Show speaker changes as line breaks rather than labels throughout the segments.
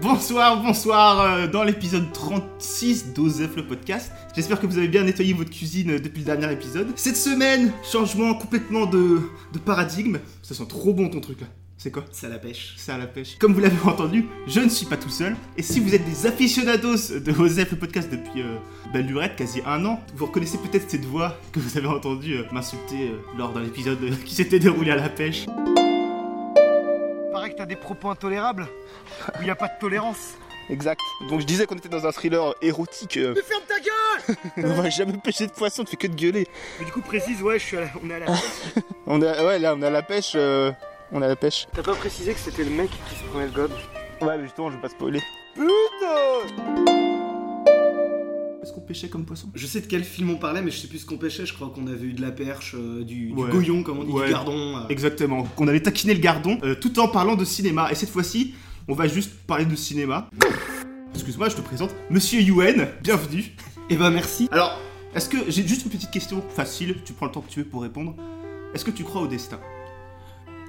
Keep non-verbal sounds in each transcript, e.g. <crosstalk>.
Bonsoir, bonsoir euh, dans l'épisode 36 d'Osef le podcast. J'espère que vous avez bien nettoyé votre cuisine euh, depuis le dernier épisode. Cette semaine, changement complètement de, de paradigme. Ça sent trop bon ton truc là. C'est quoi
Ça la pêche.
ça à la pêche. Comme vous l'avez entendu, je ne suis pas tout seul. Et si vous êtes des aficionados de Osef le podcast depuis euh, belle lurette, quasi un an, vous reconnaissez peut-être cette voix que vous avez entendue euh, m'insulter euh, lors d'un épisode <laughs> euh, qui s'était déroulé à la pêche.
Paraît que t'as des propos intolérables où y a pas de tolérance.
Exact. Donc je disais qu'on était dans un thriller érotique. euh,
<laughs> Mais ferme ta gueule
on va jamais pêcher de poisson, tu fais que de gueuler.
Mais du coup précise, ouais, je suis à la- on est à la.
On a, ouais, là on a la pêche. euh, on a la pêche.
T'as pas précisé que c'était le mec qui se prenait le gobe
Ouais, mais justement, je vais pas spoiler.
Est-ce qu'on pêchait comme poisson
Je sais de quel film on parlait, mais je sais plus ce qu'on pêchait. Je crois qu'on avait eu de la perche, euh, du, du
Ouais.
goyon, comme on dit,
Ouais.
du gardon. euh.
Exactement, qu'on allait taquiner le gardon euh, tout en parlant de cinéma. Et cette fois-ci, on va juste parler de cinéma. Excuse-moi, je te présente Monsieur Yuen, bienvenue.
Eh ben merci.
Alors, est-ce que j'ai juste une petite question facile, tu prends le temps que tu veux pour répondre. Est-ce que tu crois au destin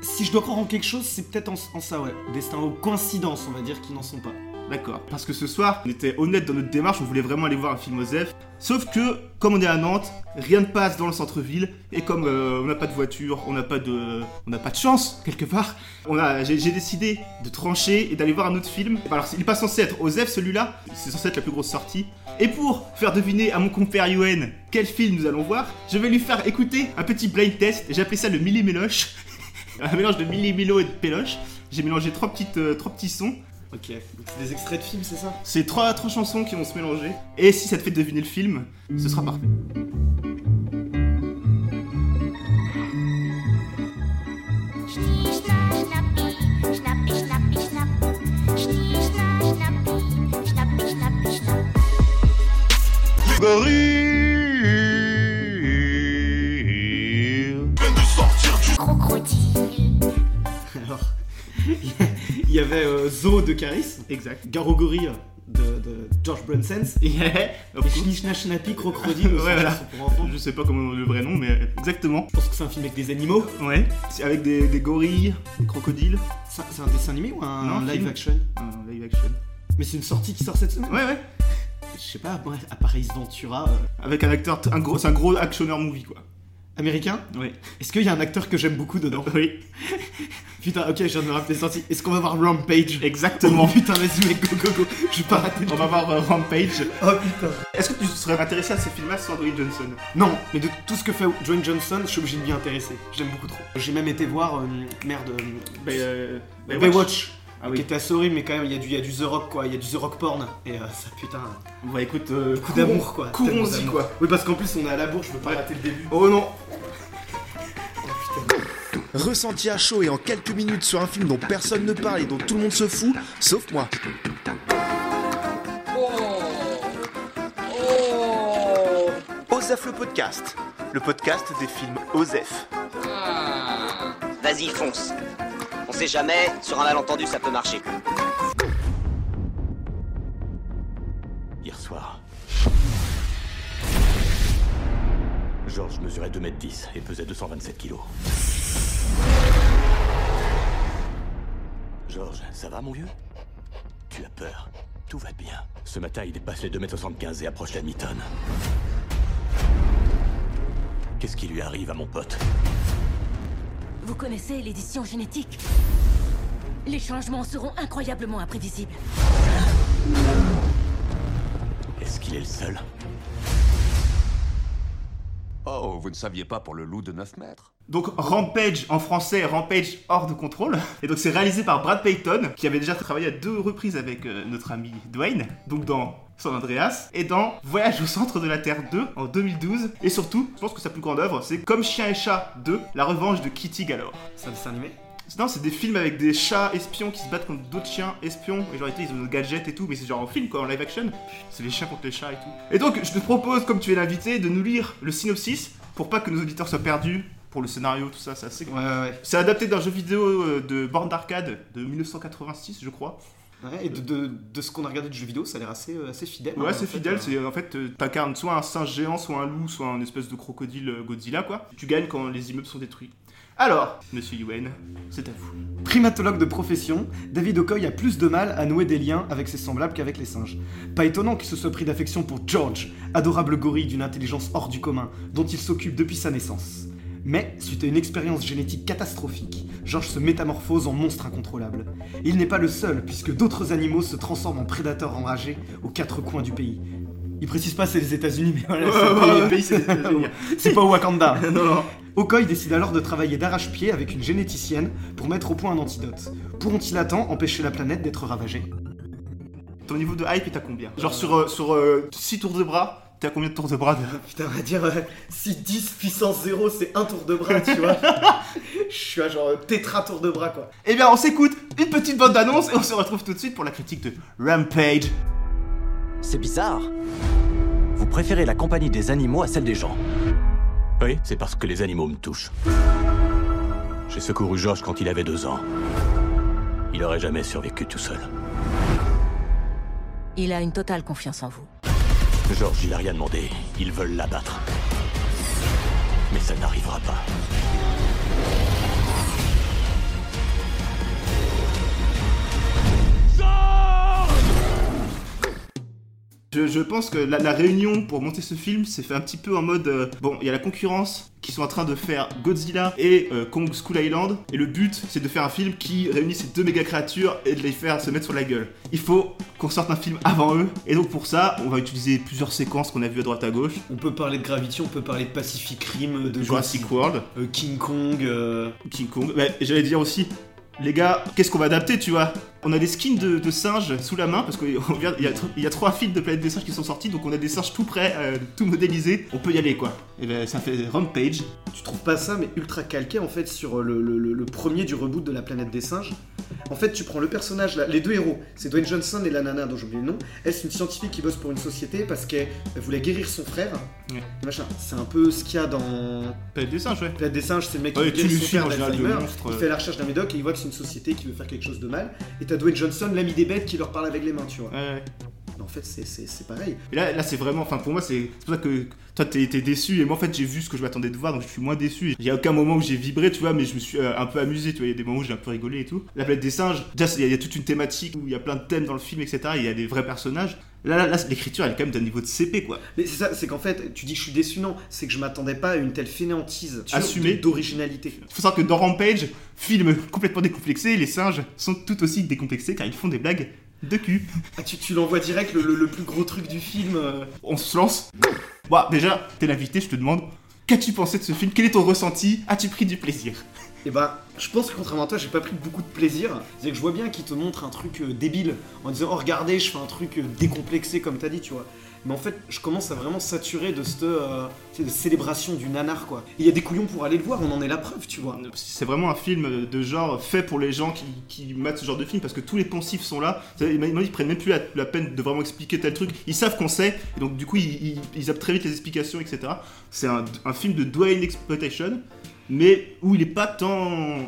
Si je dois croire en quelque chose, c'est peut-être en, en ça, ouais. Destin aux coïncidences, on va dire, qui n'en sont pas.
D'accord. Parce que ce soir, on était honnête dans notre démarche, on voulait vraiment aller voir un film OZEF. Sauf que, comme on est à Nantes, rien ne passe dans le centre-ville. Et comme euh, on n'a pas de voiture, on n'a pas de, on n'a pas de chance quelque part. On a, j'ai j'ai décidé de trancher et d'aller voir un autre film. Alors, il n'est pas censé être OZEF celui-là. C'est censé être la plus grosse sortie. Et pour faire deviner à mon compère Yuen quel film nous allons voir, je vais lui faire écouter un petit blind test. J'ai appelé ça le Milli Méloche. <laughs> un mélange de Milli Milo et de Péloche. J'ai mélangé trois petites, euh, trois petits sons.
Ok. Donc c'est des extraits de films, c'est ça
C'est trois, trois chansons qui vont se mélanger. Et si ça te fait deviner le film, ce sera parfait.
<laughs> Alors, il y avait euh, Zo de Caris,
Exact. <laughs>
Garogori euh, de, de George Brunsens,
Yeah.
et Schnichnachnapi,
<laughs>
Crocodile,
Ouais,
aussi,
voilà.
qui sont pour enfants.
Je sais pas comment le vrai nom, mais exactement.
Je pense que c'est un film avec des animaux.
Ouais. C'est avec des, des gorilles, des crocodiles,
Ça, C'est un dessin animé ou un
Non,
live
film.
action
un live action.
Mais c'est une sortie qui sort cette semaine.
Ouais, ouais.
Je sais pas, moi, à Paris Ventura, euh,
Avec un acteur, t- un gros, c'est un gros actionneur movie quoi.
américain.
Ouais.
Est-ce qu'il y a un acteur que j'aime beaucoup dedans
Oui.
<laughs> Putain, ok, je viens de me rappeler sortie. Est-ce qu'on va voir Rampage
Exactement.
Oh, putain, vas-y, mec, go go go. Je vais pas rater le
On va voir euh, Rampage.
Oh putain.
Est-ce que tu serais intéressé à ce film-là sans Dwayne Johnson
Non, mais de tout ce que fait Dwayne Johnson, je suis obligé de m'y intéresser. J'aime beaucoup trop. J'ai même été voir, euh, merde, euh, Baywatch,
Ah
qui
oui.
était à Sorry, mais quand même, il y, a du- il y a du The Rock, quoi. Il y a du The Rock porn. Et euh, ça, putain,
Bah écoute, euh,
coup d'amour, quoi.
courons-y,
Tellement d'amour.
quoi.
Oui, parce qu'en plus, on est à la bourre, je veux pas rater le début.
Oh non,
Ressenti à chaud et en quelques minutes sur un film dont personne ne parle et dont tout le monde se fout, sauf moi.
Osef le podcast, le podcast des films Osef.
Vas-y, fonce. On sait jamais, sur un malentendu, ça peut marcher.
Hier soir, Georges mesurait 2m10 et pesait 227 kilos. Georges, ça va mon vieux Tu as peur Tout va bien. Ce matin, il dépasse les 2m75 et approche la mi-tonne. Qu'est-ce qui lui arrive à mon pote
Vous connaissez l'édition génétique Les changements seront incroyablement imprévisibles.
Est-ce qu'il est le seul
Oh, vous ne saviez pas pour le loup de 9 mètres
Donc Rampage en français, Rampage hors de contrôle. Et donc c'est réalisé par Brad Payton, qui avait déjà travaillé à deux reprises avec euh, notre ami Dwayne, donc dans San Andreas, et dans Voyage au centre de la Terre 2 en 2012. Et surtout, je pense que sa plus grande œuvre, c'est Comme Chien et Chat 2, la revanche de Kitty Galore.
C'est un dessin animé
Non, c'est des films avec des chats espions qui se battent contre d'autres chiens espions. Et genre, ils ont des gadgets et tout, mais c'est genre en film quoi, en live action. C'est les chiens contre les chats et tout. Et donc, je te propose, comme tu es l'invité, de nous lire le synopsis pour pas que nos auditeurs soient perdus pour le scénario, tout ça, c'est assez
Ouais, ouais, ouais.
c'est adapté d'un jeu vidéo euh, de borne d'arcade de 1986, je crois.
Ouais, et de, de- de ce qu'on a regardé de jeux vidéo, ça a l'air assez, euh, assez fidèle. hein,
Ouais, c'est
en fait,
fidèle,
euh.
c'est en fait euh, t'incarnes soit un singe géant, soit un loup, soit un espèce de crocodile euh, Godzilla quoi. Tu gagnes quand les immeubles sont détruits. Alors, monsieur Yuen, c'est à vous.
Primatologue de profession, David Okoye a plus de mal à nouer des liens avec ses semblables qu'avec les singes. Pas étonnant qu'il se soit pris d'affection pour George, adorable gorille d'une intelligence hors du commun, dont il s'occupe depuis sa naissance. Mais, suite à une expérience génétique catastrophique, George se métamorphose en monstre incontrôlable. Il n'est pas le seul, puisque d'autres animaux se transforment en prédateurs enragés aux quatre coins du pays. Il précise pas c'est les États-Unis, mais voilà, c'est
Ouais,
pas-
ouais, le pays, c'est les <laughs> États-Unis.
c'est pas au Wakanda.
non, non.
Okoy décide alors de travailler d'arrache-pied avec une généticienne pour mettre au point un antidote. Pourront-ils à temps empêcher la planète d'être ravagée
Ton niveau de hype est à combien Genre sur, euh, sur 6 tours de bras, t'es à combien de tours de bras de-
Putain, on va dire, euh, si 10 puissance 0, c'est un tour de bras, tu <laughs> vois. Je suis à genre euh, tétra tour de bras, quoi.
Eh bien, on s'écoute une petite bande d'annonce et on se retrouve tout de suite pour la critique de Rampage.
C'est bizarre. Vous préférez la compagnie des animaux à celle des gens. Oui, c'est parce que les animaux me touchent. J'ai secouru Georges quand il avait deux ans. Il aurait jamais survécu tout seul.
Il a une totale confiance en vous.
Georges, il a rien demandé. Ils veulent l'abattre. Mais ça n'arrivera pas.
Je, je pense que la, la réunion pour monter ce film s'est fait un petit peu en mode euh, bon, il y a la concurrence qui sont en train de faire Godzilla et euh, Kong School Island et le but c'est de faire un film qui réunit ces deux méga créatures et de les faire se mettre sur la gueule. Il faut qu'on sorte un film avant eux et donc pour ça, on va utiliser plusieurs séquences qu'on a vues à droite à gauche,
On peut parler de Gravity, on peut parler de Pacific Rim, de
Jurassic World,
euh, King Kong. euh,
King Kong. Mais j'allais dire aussi les gars, qu'est-ce qu'on va adapter, tu vois On a des skins de, de singes sous la main, parce <laughs> qu'il y, a tr- il y a trois films de Planète des Singes qui sont sortis, donc on a des singes tout prêts, euh, tout modélisés. On peut y aller, quoi. Et ben, ça fait Rampage.
Tu trouves pas ça, mais ultra calqué en fait sur euh, le, le- le- le premier du reboot de la planète des singes En fait, tu prends le personnage, là, les deux héros, c'est Dwayne Johnson et la nana dont j'ai oublié le nom. Elle, c'est une scientifique qui bosse pour une société parce qu'elle elle voulait guérir son frère.
Ouais.
Et Machin. C'est un peu ce qu'il y a dans
Planète des Singes, ouais.
Planète des singes, c'est le mec qui
Ouais,
veut
tu
guérir
lui
son
files
frère
en général de
d'Alzheimer.
monstres,
Il
euh.
fait la recherche d'un médoc et il voit que c'est une société qui veut faire quelque chose de mal. Et t'as Dwayne Johnson, l'ami des bêtes, qui leur parle avec les mains, tu vois.
Ouais, ouais.
Mais en fait, c'est- c'est c'est pareil.
Et là, là c'est vraiment, enfin pour moi, c'est c'est pour ça que toi t'es t'es déçu, et moi en fait j'ai vu ce que je m'attendais de voir, donc je suis moins déçu. Il y a aucun moment où j'ai vibré, tu vois, mais je me suis euh, un peu amusé, tu vois, il y a des moments où j'ai un peu rigolé et tout. La planète des singes, déjà c'est- il y, a- il y a toute une thématique où il y a plein de thèmes dans le film, etc. Il y a des vrais personnages. Là, là, là, l'écriture elle est quand même d'un niveau de CP, quoi.
Mais c'est ça, c'est qu'en fait, tu dis je suis déçu, non, c'est que je m'attendais pas à une telle fainéantise tu vois,
Assumé.
d'originalité.
Faut savoir que dans Rampage, film complètement décomplexé, les singes sont tout aussi décomplexés car ils font des blagues de cul.
Ah, tu tu l'envoies direct, le, le- le plus gros truc du film. euh.
On se lance. Bon, déjà, t'es l'invité, je te demande, qu'as-tu pensé de ce film Quel est ton ressenti As-tu pris du plaisir
Et bah, je pense que contrairement à toi, j'ai pas pris beaucoup de plaisir. C'est que je vois bien qu'il te montre un truc euh, débile en disant Oh, regardez, je fais un truc euh, décomplexé comme t'as dit, tu vois. Mais en fait, je commence à vraiment saturer de cette euh, tu sais, de célébration du nanar, quoi. Et Il y a des couillons pour aller le voir, on en est la preuve, tu vois.
C'est vraiment un film de genre fait pour les gens qui, qui matent ce genre de film parce que tous les poncifs sont là. C'est- Ils ils prennent même plus la, la peine de vraiment expliquer tel truc. Ils savent qu'on sait et donc du coup ils, ils, ils zappent très vite les explications, etc. C'est un, un film de Dwayne Exploitation mais où il est pas tant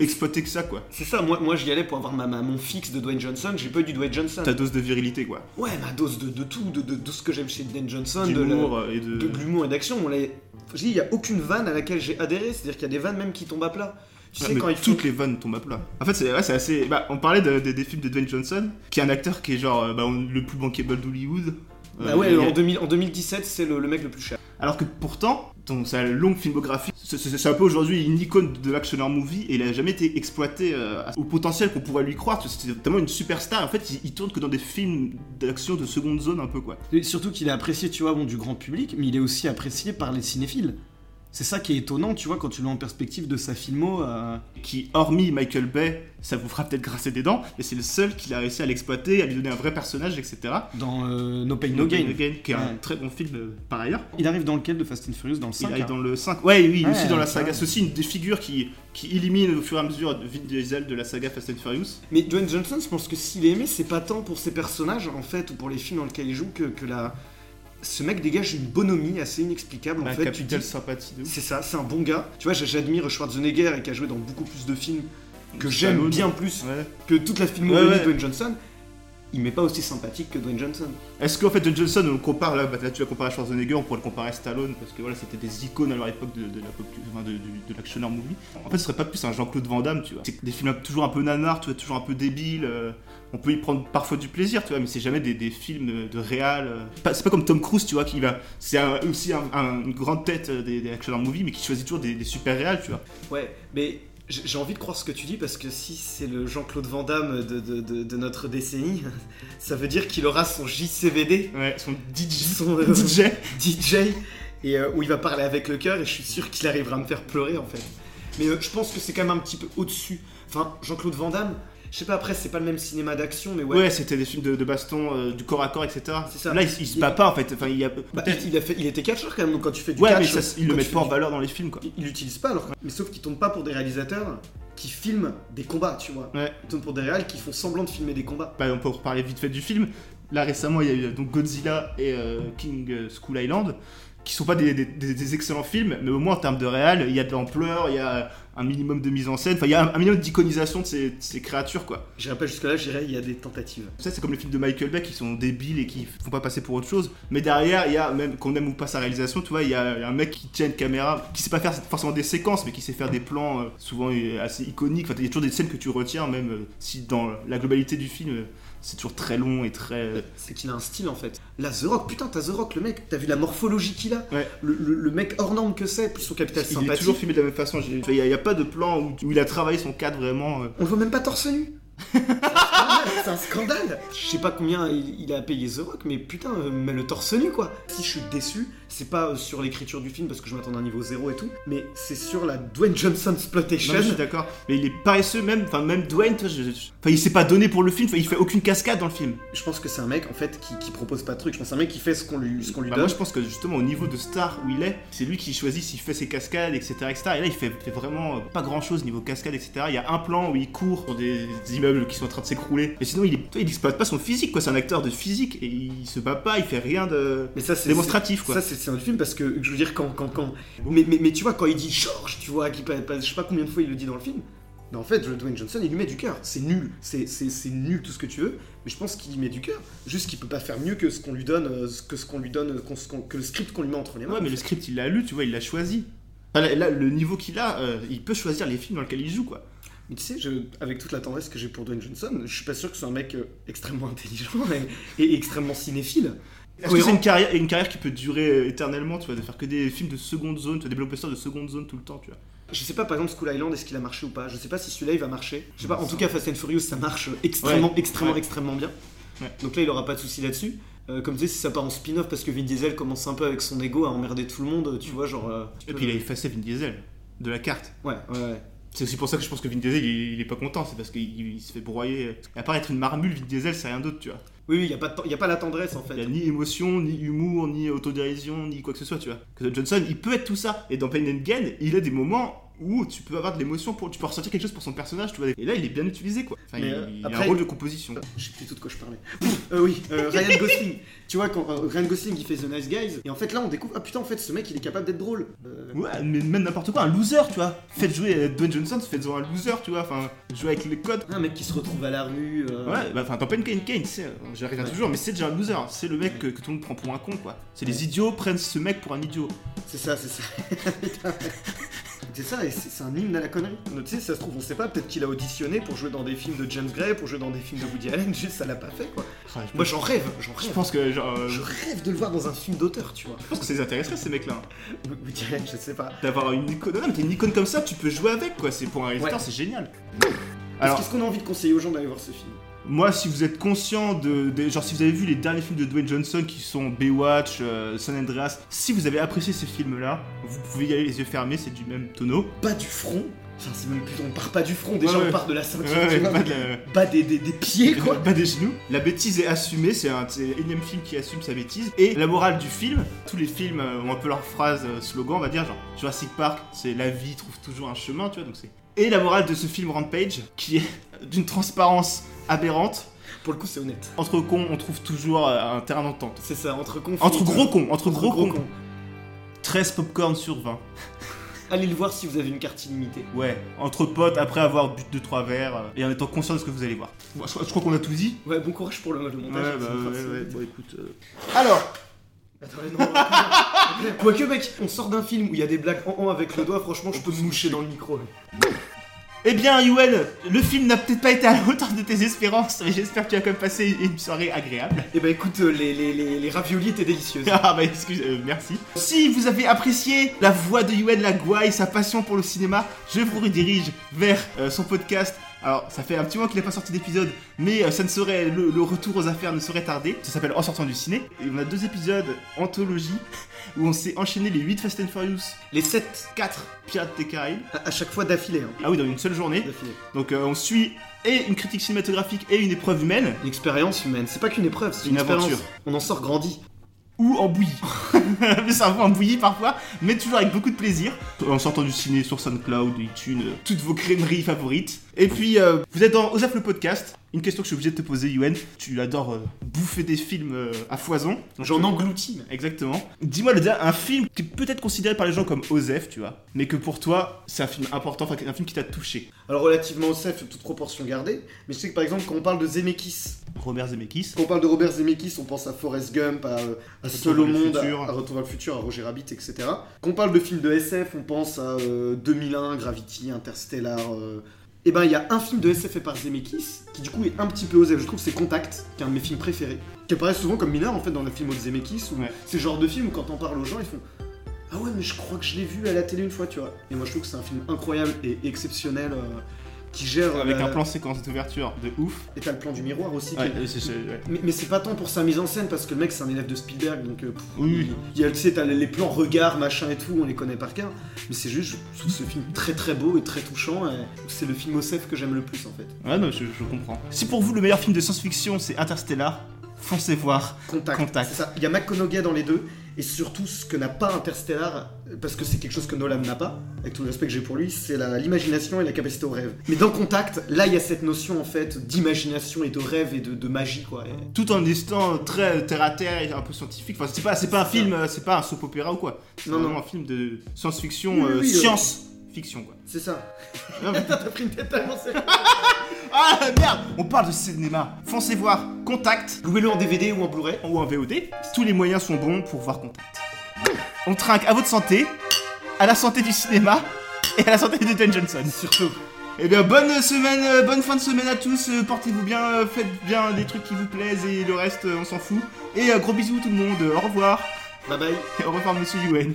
exploité que ça quoi.
C'est ça, moi, moi j'y allais pour avoir ma, ma- mon fixe de Dwayne Johnson, j'ai pas eu du Dwayne Johnson.
Ta dose de virilité quoi.
Ouais, ma dose de, de tout, de, de- de ce que j'aime chez Dwayne Johnson, de la-
D'humour euh, et de.
de de l'humour et d'action. On l'a- J'ai dit, il n'y a aucune vanne à laquelle j'ai adhéré, c'est-à-dire qu'il y a des vannes même qui tombent à plat. Tu
Ouais,
sais,
Ah, mais
quand ils font-
toutes les vannes tombent à plat. En fait, c'est ouais, c'est assez. Bah, on parlait de- de- des films de Dwayne Johnson, qui est un acteur qui est genre euh, bah, on- le plus bankable d'Hollywood.
Bah
Euh,
ouais,
il y a-
en, 2000 en 2017, c'est le, le mec le plus cher.
Alors que pourtant, dans sa longue filmographie, c'est- c'est c'est un peu aujourd'hui une icône de l'action hero movie et il a jamais été exploité euh, au potentiel qu'on pourrait lui croire. C'était notamment une superstar. En fait, il, il tourne que dans des films d'action de seconde zone un peu quoi.
Et surtout qu'il est apprécié, tu vois, bon, du grand public, mais il est aussi apprécié par les cinéphiles. C'est ça qui est étonnant, tu vois, quand tu le mets en perspective de sa filmo. euh,
Qui, hormis Michael Bay, ça vous fera peut-être grasser des dents, mais c'est le seul qui a réussi à l'exploiter, à lui donner un vrai personnage, etc.
dans euh, No Pain No, Gain.
qui est un
Ouais.
très bon film euh, par ailleurs.
Il arrive dans lequel de Fast and Furious Dans le 5
Il
hein.
arrive dans le 5. Ouais, oui,
Ouais,
aussi dans la
ça
saga.
va.
C'est aussi une des figures qui, qui élimine au fur et à mesure Vin Diesel de la saga Fast and Furious.
Mais Dwayne Johnson, je pense que s'il est aimé, c'est pas tant pour ses personnages, en fait, ou pour les films dans lesquels il joue, que, que la... ce mec dégage une bonhomie assez inexplicable, en
La
fait. Tu te
capitale
dis,
Bah, sympathie de ouf.
C'est ça, c'est un bon gars. Tu vois, j'a- j'admire Schwarzenegger et qui a joué dans beaucoup plus de films que j'aime
Stallone.
bien plus
Ouais.
que toute la filmographie
Ouais, ouais.
de Dwayne Johnson. il m'est pas aussi sympathique que Dwayne Johnson.
Est-ce qu'en fait, Dwayne Johnson, on le compare là, bah, là, tu vas comparer à Schwarzenegger, on pourrait le comparer à Stallone, parce que voilà, c'était des icônes à leur époque de, de la pop- enfin, de, du- de l'actionneur movie. En fait, ce serait pas plus un Jean-Claude Van Damme, tu vois. C'est des films toujours un peu nanars, tu vois, toujours un peu débiles. euh, on peut y prendre parfois du plaisir, tu vois, mais c'est jamais des, des films de réal. euh. C'est pas, c'est pas comme Tom Cruise, tu vois, qui va. C'est un- aussi un- un- une grande tête euh, des, des actionneurs movie, mais qui choisit toujours des, des super réals, tu vois.
Ouais, mais j- j'ai envie de croire ce que tu dis parce que si c'est le Jean-Claude Van Damme de, de- de- de notre décennie, <laughs> ça veut dire qu'il aura son JCVD,
Ouais, ils sont DJ.
son euh,
DJ.
DJ, et euh, où il va parler avec le cœur et je suis sûr qu'il arrivera à me faire pleurer en fait. Mais euh, je pense que c'est quand même un petit peu au-dessus. Enfin, Jean-Claude Van Damme, je sais pas, après c'est pas le même cinéma d'action, mais ouais.
Ouais, c'était des films de, de baston, euh, du corps à corps, etc.
C'est ça.
Là, il, il se bat pas en fait. Enfin, il y a.
Bah, il, il a fait, il était catcheur quand même, donc quand tu fais du
ouais, mais
catch,
ça,
euh,
s- ils le
quand tu
mettent
fais
pas en
du-
valeur dans les films, quoi.
Ils l'utilisent pas alors. Mais sauf qu'ils tombent pas pour des réalisateurs qui filment des combats, tu vois.
Ouais.
Ils tombent pour des réals qui font semblant de filmer des combats.
Bah, on peut reparler vite fait du film. Là, récemment, il y a eu euh, donc Godzilla et euh, King euh, School Island, qui sont pas des, des- des- des excellents films, mais au moins en termes de réal, il y a de l'ampleur, il y a un minimum de mise en scène, enfin, il y a un, un minimum d'iconisation de ces, de ces créatures, quoi.
J'irai pas jusque-là, j'irai, il y a des tentatives.
Ça, c'est comme les films de Michael Bay qui sont débiles et qui font pas passer pour autre chose. Mais derrière, il y a, même qu'on aime ou pas sa réalisation, tu vois, il y a il y a un mec qui tient une caméra, qui sait pas faire forcément des séquences, mais qui sait faire des plans euh, souvent euh, assez iconiques. Enfin, il y a toujours des scènes que tu retiens, même euh, si dans la globalité du film, euh, c'est toujours très long et très. euh,
C'est qu'il a un style en fait. La The Rock, putain, t'as The Rock, le mec, t'as vu la morphologie qu'il a
Ouais.
le, le- le mec hors norme que c'est, plus son capital
Il est
sympathique.
toujours filmé de la même façon. J'ai- Il n'y a, il y a pas de plan où, où il a travaillé son cadre vraiment. euh.
On le voit même pas torse <laughs> nu C'est un scandale, C'est un scandale Je sais pas combien il, il a payé The Rock, mais putain, euh, mais le torse nu quoi Si je suis déçu, c'est pas euh, sur l'écriture du film parce que je m'attendais à un niveau zéro et tout, mais c'est sur la Dwayne Johnson
Non,
Splotation.
mais je suis d'accord. Mais il est paresseux même. Enfin, même Dwayne, toi, je- je- enfin, il s'est pas donné pour le film. Enfin, il fait aucune cascade dans le film.
Je pense que c'est un mec en fait qui, qui propose pas de trucs, je pense que c'est un mec qui fait ce qu'on lui, ce qu'on lui
Bah,
donne.
moi, je pense que justement, au niveau de star où il est, c'est lui qui choisit s'il fait ses cascades, etc. etc. Et là, il fait, fait vraiment euh, pas grand chose niveau cascade, etc. Il y a un plan où il court sur des, des immeubles qui sont en train de s'écrouler. Mais sinon, il, est, toi, il exploite pas son physique, quoi. C'est un acteur de physique et il se bat pas, il fait rien de.
Mais ça, c'est
Démonstratif,
c'est-
quoi.
Ça, c'est c'est un film parce que je veux dire quand, quand, quand. Mais, mais, mais tu vois quand il dit George, tu vois, qui pa- pa- je sais pas combien de fois il le dit dans le film. Mais en fait, le Dwayne Johnson, il lui met du cœur. C'est nul, c'est c'est- c'est nul tout ce que tu veux. Mais je pense qu'il y met du cœur. Juste qu'il peut pas faire mieux que ce qu'on lui donne, euh, que ce qu'on lui donne, euh, qu'on- ce qu'on- que le script qu'on lui met entre les mains.
Ouais, mais le script, il l'a lu, tu vois, il l'a choisi. Enfin, là, là, le niveau qu'il a, euh, il peut choisir les films dans lesquels il joue, quoi.
Mais tu sais, je- avec toute la tendresse que j'ai pour Dwayne Johnson, je suis pas sûr que c'est un mec euh, extrêmement <laughs> intelligent et, et extrêmement cinéphile.
Est-ce que
Cohérent.
c'est une carrière, une carrière qui peut durer euh, éternellement, tu vois, de faire que des films de seconde zone, tu vois, des blockbusters de seconde zone tout le temps, tu vois.
Je sais pas par exemple School Island est-ce qu'il a marché ou pas. Je sais pas si celui-là il va marcher. Je sais pas. En tout cas Fast and Furious ça marche extrêmement
Ouais.
extrêmement
Ouais.
extrêmement bien.
Ouais.
Donc là il aura pas de souci là-dessus. Euh, comme tu sais si ça part en spin-off parce que Vin Diesel commence un peu avec son ego à emmerder tout le monde, tu vois genre. euh, tu
Et
peux-
puis il a effacé Vin Diesel de la carte.
Ouais ouais. ouais.
C'est aussi pour ça que je pense que Vin Diesel, il, il est pas content, c'est parce qu'il il se fait broyer. Et à part être une marmule, Vin Diesel, c'est rien d'autre, tu vois.
Oui oui y a pas de ten- y a pas la tendresse en fait.
Il y a ni émotion, ni humour, ni autodérision, ni quoi que ce soit, tu vois. Que Johnson, il peut être tout ça. Et dans Pain and Gain, il a des moments où tu peux avoir de l'émotion, pour, tu peux ressentir quelque chose pour son personnage, tu vois. Et là, il est bien utilisé, quoi. Enfin,
Mais,
il,
euh,
il a
après-
un rôle de composition.
Je sais plus du tout de quoi je parlais. Euh, oui,
<laughs>
euh, Ryan Gosling. tu vois quand euh, Ryan Gosling il fait The Nice Guys et en fait là on découvre ah putain en fait ce mec il est capable d'être drôle. Euh,
Ouais, mais même n'importe quoi, un loser, tu vois. Faites jouer euh, Dwayne Johnson, faites-en un loser, tu vois. Enfin, jouer avec les codes.
Un mec qui se retrouve à la rue. euh,
Ouais, bah, enfin, dans Pain Kane Kane, c'est, j'y reviens
Ouais.
toujours, mais c'est déjà un loser. hein. C'est le mec que, que tout le monde prend pour un con, quoi. C'est les idiots prennent ce mec pour un idiot.
C'est ça, c'est ça. <laughs> c'est ça, et c'est c'est un hymne à la connerie. Donc, Tu sais, ça se trouve, on sait pas, peut-être qu'il a auditionné pour jouer dans des films de James Gray, pour jouer dans des films de Woody Allen, juste ça l'a pas fait quoi.
Enfin, je-
Moi j'en rêve, j'en
je
rêve.
pense que genre, euh,
Je rêve de le voir dans un film d'auteur, tu vois. <laughs>
je pense que ça les intéresserait ces mecs-là. hein.
Woody Allen, je sais pas.
D'avoir une icône. Non, mais t'es une icône comme ça, tu peux jouer avec quoi. C'est pour un réalisateur, c'est génial.
Est-ce
Alors,
qu'est-ce qu'on a envie de conseiller aux gens d'aller voir ce film
moi, si vous êtes conscient de, des- Genre, si vous avez vu les derniers films de Dwayne Johnson qui sont Baywatch, euh, San Andreas, si vous avez apprécié ces films-là, vous pouvez y aller les yeux fermés, c'est du même tonneau.
Pas du front Enfin, c'est même plus, on part pas du front, déjà
Ouais, ouais.
on part de la ceinture, tu
Ouais,
vois.
pas de la-
Bas des, des, des pieds quoi.
Pas des genoux. bah, La bêtise est assumée, c'est un c'est l'énième film qui assume sa bêtise. Et la morale du film, tous les films euh, ont un peu leur phrase euh, slogan, on va dire, genre Jurassic Park, c'est la vie trouve toujours un chemin, tu vois, donc c'est. Et la morale de ce film Rampage, qui est <laughs> d'une transparence aberrante.
Pour le coup, c'est honnête.
Entre cons, on trouve toujours euh, un terrain d'entente.
C'est ça, entre conflits.
Entre gros cons, entre,
Entre
gros,
gros
cons.
cons.
13 popcorn sur 20.
Allez le voir si vous avez une carte illimitée.
Ouais, entre potes, après avoir bu 2-3 verres, euh, et en étant conscient de ce que vous allez voir. Bon, je, je crois qu'on a tout dit.
Ouais, bon courage pour le, le montage. c'est une farce.
bon écoute. euh,
Alors Attends, mais non. <laughs> Quoique, mec, on sort d'un film où il y a des blagues en en avec le doigt, franchement, je peux me moucher dans le micro.
Eh bien, Yuen, le film n'a peut-être pas été à la hauteur de tes espérances, mais j'espère que tu as quand même passé une soirée agréable. <laughs>
Et bah écoute, euh, les, les, les, les raviolis étaient délicieuses.
Ah bah excuse, euh, merci. Si vous avez apprécié la voix de Yuen Lagua et sa passion pour le cinéma, je vous redirige vers euh, son podcast. Alors ça fait un petit moment qu'il n'a pas sorti d'épisode, mais euh, ça ne serait le, le retour aux affaires ne serait tardé. Ça s'appelle En sortant du ciné. Et on a deux épisodes anthologie <laughs> où on s'est enchaîné les 8 Fast and Furious,
Les 7,
4 Pirates des Caraïbes.
à, à chaque fois d'affilée. hein.
Ah oui, dans une seule journée.
D'affilée.
Donc euh, on suit et une critique cinématographique et une épreuve humaine
Une expérience humaine, c'est pas qu'une épreuve, c'est une,
Une
expérience.
aventure.
On en sort grandi.
ou en bouillie. Le cerveau en bouillie parfois, mais toujours avec beaucoup de plaisir. En sortant du ciné sur SoundCloud, iTunes, euh, toutes vos crèmeries favorites. Et puis, euh, vous êtes dans Osef le podcast. Une question que je suis obligé de te poser, Yuen. Tu adores euh, bouffer des films euh, à foison. Donc,
J'en
euh,
engloutis, mec.
Exactement. Dis-moi le dernier, un film qui est peut-être considéré par les gens comme Osef, tu vois, mais que pour toi, c'est un film important, enfin, un film qui t'a touché.
Alors, relativement au CEF, toute proportion gardée, mais je sais que par exemple, quand on parle de Zemeckis,
Robert Zemeckis.
Quand on parle de Robert Zemeckis, on pense à Forrest Gump, à, à Seul au
vers le
monde,
futur.
à, à Retour vers le futur, à Roger Rabbit, etc. Quand on parle de films de SF, on pense à euh, 2001, Gravity, Interstellar. euh. Eh ben, il y a un film de SF fait par Zemeckis qui du coup est un petit peu osé. Je trouve que c'est Contact, qui est un de mes films préférés, qui apparaît souvent comme mineur en fait dans le film de Zemeckis. Où
Ouais.
C'est le genre de film où quand on parle aux gens, ils font. Ah ouais, mais je crois que je l'ai vu à la télé une fois, tu vois. Et moi, je trouve que c'est un film incroyable et exceptionnel euh, qui gère.
Avec
la-
un plan séquence d'ouverture de ouf.
Et t'as le plan du miroir aussi.
Ouais,
qui est-
c'est- c'est- ouais.
mais, mais c'est pas tant pour sa mise en scène parce que le mec c'est un élève de Spielberg donc euh, pff,
Oui, oui.
il y a tu sais, t'as les plans regard machin et tout on les connaît par cœur mais c'est juste je trouve ce film très très beau et très touchant et c'est le film OCF que j'aime le plus en fait
Ouais, non, je, je comprends. Si pour vous le meilleur film de science-fiction c'est Interstellar, foncez voir.
Contact,
Contact.
c'est ça il y a McConaughey dans les deux et surtout ce que n'a pas Interstellar parce que c'est quelque chose que Nolan n'a pas avec tout le respect que j'ai pour lui c'est la- l'imagination et la capacité au rêve mais dans Contact là il y a cette notion en fait d'imagination et de rêve et de, de magie quoi Et-
Tout en étant très terre à terre et un peu scientifique. Enfin, c'est pas, c'est pas un film, euh, c'est pas un soap opéra ou quoi. C'est
Non,
vraiment
non.
un film de science-fiction,
Oui, oui,
euh,
oui, euh.
science-fiction quoi.
c'est ça
Non, mais-
<laughs> t'as pris une tête tellement sérieuse.
ah merde On parle de cinéma. Foncez voir Contact
louez-le en DVD ou en Blu-ray
ou en VOD. Tous les moyens sont bons pour voir Contact. On trinque à votre santé, à la santé du cinéma et à la santé de Dwayne Johnson.
surtout
Eh bien, bonne semaine, euh, bonne fin de semaine à tous. euh, Portez-vous bien, euh, faites bien des trucs qui vous plaisent et le reste, euh, on s'en fout. Et euh, gros bisous tout le monde. euh, Au revoir.
Bye bye.
Au revoir, monsieur Yuen.